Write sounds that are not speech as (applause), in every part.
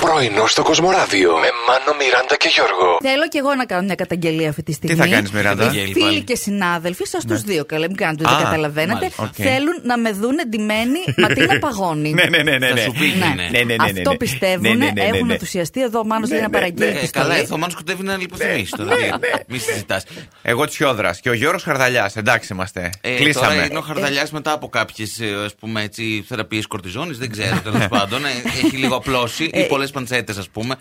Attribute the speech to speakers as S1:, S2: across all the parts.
S1: Πρωινό στο Κοσμοράδιο με Μάνο, Μιράντα και Γιώργο.
S2: Θέλω και εγώ να κάνω μια καταγγελία αυτή τη στιγμή.
S3: θα κάνεις, Μιράντα?
S2: Φίλοι
S3: Καταγγέλει πάλι.
S2: και συνάδελφοι, σας τους δύο καλέ, μην κάνετε,
S3: Ναι. Α,
S2: δεν καταλαβαίνετε.
S3: μάλιστα. Οκ.
S2: Θέλουν να με δουν εντυμένη
S3: (laughs)
S2: Ματίνα Παγώνη.
S3: Ναι, ναι, ναι, ναι.
S4: Θα
S3: ναι.
S4: σου πει,
S3: ναι,
S4: ναι.
S3: ναι, ναι, ναι, ναι,
S2: Αυτό
S3: ναι. Ναι,
S2: πιστεύουν,
S3: ναι, ναι, ναι,
S2: έχουν
S3: ναι.
S2: ενθουσιαστεί εδώ. Μάνος
S3: Ναι,
S2: λέει να
S3: ναι,
S2: παραγγείλει
S3: ναι.
S4: Ε,
S2: επιστολή.
S4: καλά, ο Μάνος κουτεύει να λιποθυμίσει τώρα. Μη συζητάς.
S3: Εγώ Τσιόδρα και ο Γιώργος Χαρδαλιάς. Εντάξει είμαστε.
S4: Ε, Τώρα
S3: Κλείσαμε.
S4: είναι ο Χαρδαλιάς μετά από κάποιες ας πούμε έτσι θεραπείες κορτιζόνης, δεν ξέρω τέλος πάντων. Ε, Έχει λίγο απλώσει ή πολλές παντσέτε ας πούμε.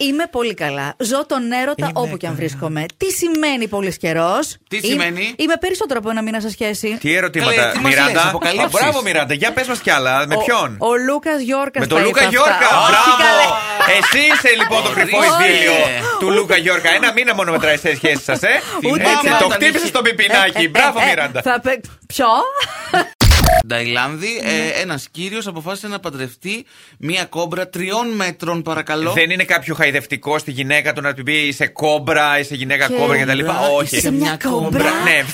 S2: Είμαι πολύ καλά. Ζω τον έρωτα όπου και αν βρίσκομαι. Τι σημαίνει πολύς καιρός.
S4: Τι σημαίνει?
S2: Είμαι περισσότερο από ένα μήνα σε σχέση.
S3: Τι
S4: Καλέ,
S3: ερωτήματα,
S4: τι μας λες,
S3: Μιράντα.
S4: αποκαλύψεις.
S3: Α, Μπράβο, Μιράντα, για πες μας κι άλλα. Με
S2: Ο-
S3: ποιον.
S2: Ο, Λούκας Γιώργας.
S3: Με τον Λούκα Γιώργα. Μπράβο. Εσύ είσαι λοιπόν το
S4: Ορίστε.
S3: κρυφό ειδήλιο
S4: Ωραία.
S3: του Λούκα Γιώργα. Ένα μήνα μόνο μετράει στη σχέση σας, ε.
S2: Ούτε Ε,
S3: Έτσι,
S2: καν
S3: το
S4: όταν
S3: χτύπησε
S4: είχε.
S3: στο πιπινάκι. Μπράβο, Μιράντα.
S2: Θα πε- Ποιο?
S4: Ταϊλάνδη, ένας κύριος ε, αποφάσισε να παντρευτεί μία κόμπρα τριών μέτρων, παρακαλώ.
S3: Δεν είναι κάποιο χαϊδευτικό στη γυναίκα του να του πει είσαι κόμπρα, είσαι γυναίκα
S2: Και-
S3: κόμπρα κτλ.
S4: Κόμπρα,
S3: Όχι.
S2: Είσαι μια κόμπρα.
S3: Ναι,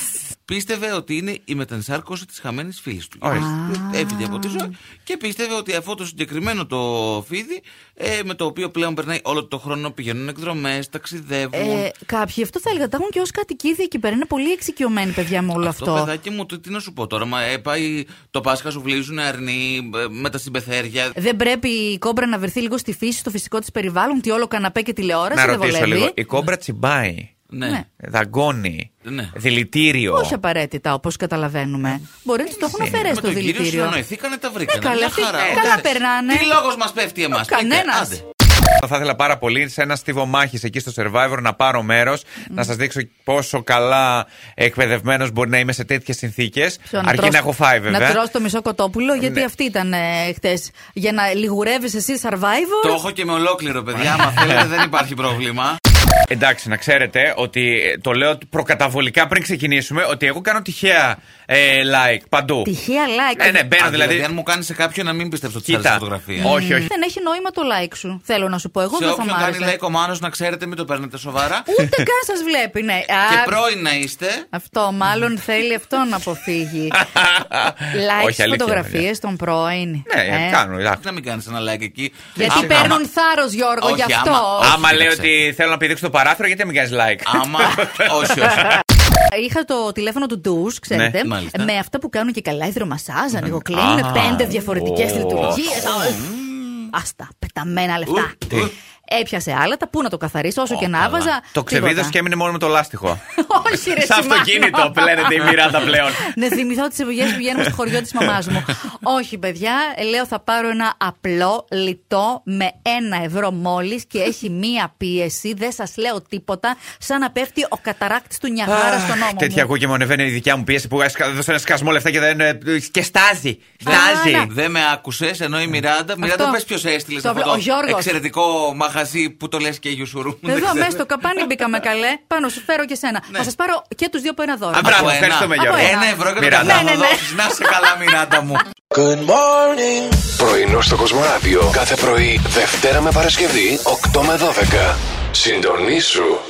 S4: Πίστευε ότι είναι η μετανσάρκωση της χαμένης φίλης του.
S3: Ορίστε.
S4: Έφυγε από τη ζωή και πίστευε ότι αυτό το συγκεκριμένο το φίδι, ε, με το οποίο πλέον περνάει όλο το χρόνο, πηγαίνουν εκδρομές, ταξιδεύουν.
S2: Ε, κάποιοι αυτό θα έλεγα. Τα έχουν και ως κατοικίδια εκεί πέρα. Είναι πολύ εξοικειωμένοι παιδιά με όλο
S4: Αυτό,
S2: αυτό.
S4: παιδάκι μου, τι, τι να σου πω τώρα. Μα ε, πάει το Πάσχα, σου βλύζουν αρνοί ε, με τα συμπεθέρια.
S2: Δεν πρέπει η κόμπρα να βρεθεί λίγο στη φύση, στο φυσικό της περιβάλλον, τι όλο καναπέ και τηλεόραση.
S3: να
S2: δεν
S3: ρωτήσω
S2: βολεύει.
S3: λίγο. Η κόμπρα τσιμπάει.
S4: Ναι.
S2: ναι.
S3: Δαγκώνει.
S4: Ναι.
S3: Δηλητήριο.
S2: Όχι απαραίτητα, όπως καταλαβαίνουμε. Μπορεί να του το έχουν
S3: Ε,
S4: Με
S2: αφαιρέσει το
S4: τον κύριο
S2: δηλητήριο. Ε,
S4: συνεννοηθήκανε, τα βρήκανε.
S2: καλά,
S4: Μια
S2: αυτοί
S4: χαρά.
S2: καλά
S4: Εντάξει.
S2: περνάνε.
S4: Τι λόγος μας πέφτει εμάς.
S2: κανένας.
S3: Θα ήθελα πάρα πολύ σε ένα στίβο μάχης εκεί στο survivor να πάρω μέρος,
S2: Ναι.
S3: να σας δείξω πόσο καλά εκπαιδευμένος μπορεί να είμαι σε τέτοιες συνθήκες.
S2: Ποιο,
S3: Αρκεί
S2: τρως-
S3: να έχω φάει βέβαια. Ναι.
S2: Να τρως το μισό κοτόπουλο, γιατί αυτή ήταν χτες. Για να λιγουρεύεις εσύ survivor.
S4: Το έχω και με ολόκληρο, παιδιά. Άμα θέλετε, δεν υπάρχει πρόβλημα.
S3: Εντάξει, να ξέρετε ότι ε, το λέω προκαταβολικά πριν ξεκινήσουμε ότι εγώ κάνω τυχαία ε, like παντού.
S2: Τυχαία like.
S3: Ναι, ναι, (laughs) μπαίνω
S4: Α, δηλαδή,
S3: δηλαδή.
S4: αν μου κάνεις σε κάποιον να μην πιστέψω ότι θα
S3: Κοίτα.
S4: φωτογραφία.
S3: Όχι, όχι.
S2: Δεν έχει νόημα το like σου. Θέλω να σου πω. Εγώ
S4: Σε
S2: δεν θα
S4: όποιον
S2: μ'
S4: κάνει
S2: άρεσε.
S4: λέει κομμάνο να ξέρετε, μην το παίρνετε σοβαρά.
S2: Ούτε καν σας βλέπει, ναι.
S4: και
S2: Α,
S4: πρώην να είστε.
S2: Αυτό, μάλλον θέλει αυτό να αποφύγει. Like
S3: Όχι, αλήθεια,
S2: φωτογραφίες των πρώην.
S3: Ναι,
S2: ε.
S3: κάνω. εντάξει.
S4: Να μην κάνεις ένα like εκεί.
S2: Γιατί
S4: Άμα-
S2: παίρνουν θάρρος, Γιώργο,
S4: Όχι,
S2: γι'
S4: άμα-
S2: αυτό.
S4: όχι,
S3: Άμα λέει
S4: κοίταξε.
S3: ότι θέλω να πηδήξω το παράθυρο, γιατί δεν μην κάνει like. (laughs)
S4: Άμα. όχι, όχι.
S2: Είχα το τηλέφωνο του ντους, ξέρετε.
S4: Ναι, μάλιστα.
S2: με αυτά που κάνουν και καλά υδρομασάζ, ανοιγοκλίνουν πέντε διαφορετικές λειτουργίε. Άστα, πεταμένα λεφτά.
S4: Ου, τι.
S2: Έπιασε άλατα, πού να το καθαρίσω, όσο και να βάζα.
S3: Το ξεβίδωσε
S2: τίποτα.
S3: και έμεινε μόνο με το
S2: (laughs)
S3: λάστιχο.
S2: Όχι, ρε
S3: Σε
S2: Σιμάνο.
S3: αυτοκίνητο πλένεται η Μιράντα
S2: (laughs)
S3: πλέον.
S2: Να θυμηθώ τις εποχέ που πηγαίνουμε στο χωριό της μαμάς μου. Όχι, παιδιά, λέω θα πάρω ένα απλό λιτό με ένα ευρώ μόλις και έχει μία πίεση. Δεν σας λέω τίποτα. Σαν να πέφτει ο καταράκτης του Νιαχάρα στον νόμο.
S3: Τέτοια
S2: μου.
S3: ακούω και μου ανεβαίνει η δικιά μου πίεση που έσκα- δώσα ένα σκασμό λεφτά και δεν. ε, Και στάζει.
S2: ναι.
S3: Στάζει.
S4: Δεν με άκουσες, ενώ η Μιράντα. Μιράντα, πες ποιος έστειλες
S2: Το
S4: αυτό
S2: απλό-
S4: το
S2: ο Γιώργος.
S4: εξαιρετικό μαχαζί που το λες και γιουσουρού.
S2: Εδώ μέσα στο καπάνι μπήκαμε καλέ. Πάνω σου φέρω και σένα. Θα σας πάρω και τους δύο από ένα δώρο.
S3: Α, μπράβο, ευχαριστούμε,
S2: Από
S3: Γιώργο.
S2: ένα.
S4: Ένα ευρώ και το
S3: Μιράντα.
S4: καλά
S2: Ναι,
S4: να
S2: ναι, ναι.
S4: δώσεις. Να σε καλά, Μιράντα μου.
S1: Πρωινό στο Κοσμοράδιο κάθε πρωί, Δευτέρα με Παρασκευή, 8 με 12. Συντονίσου.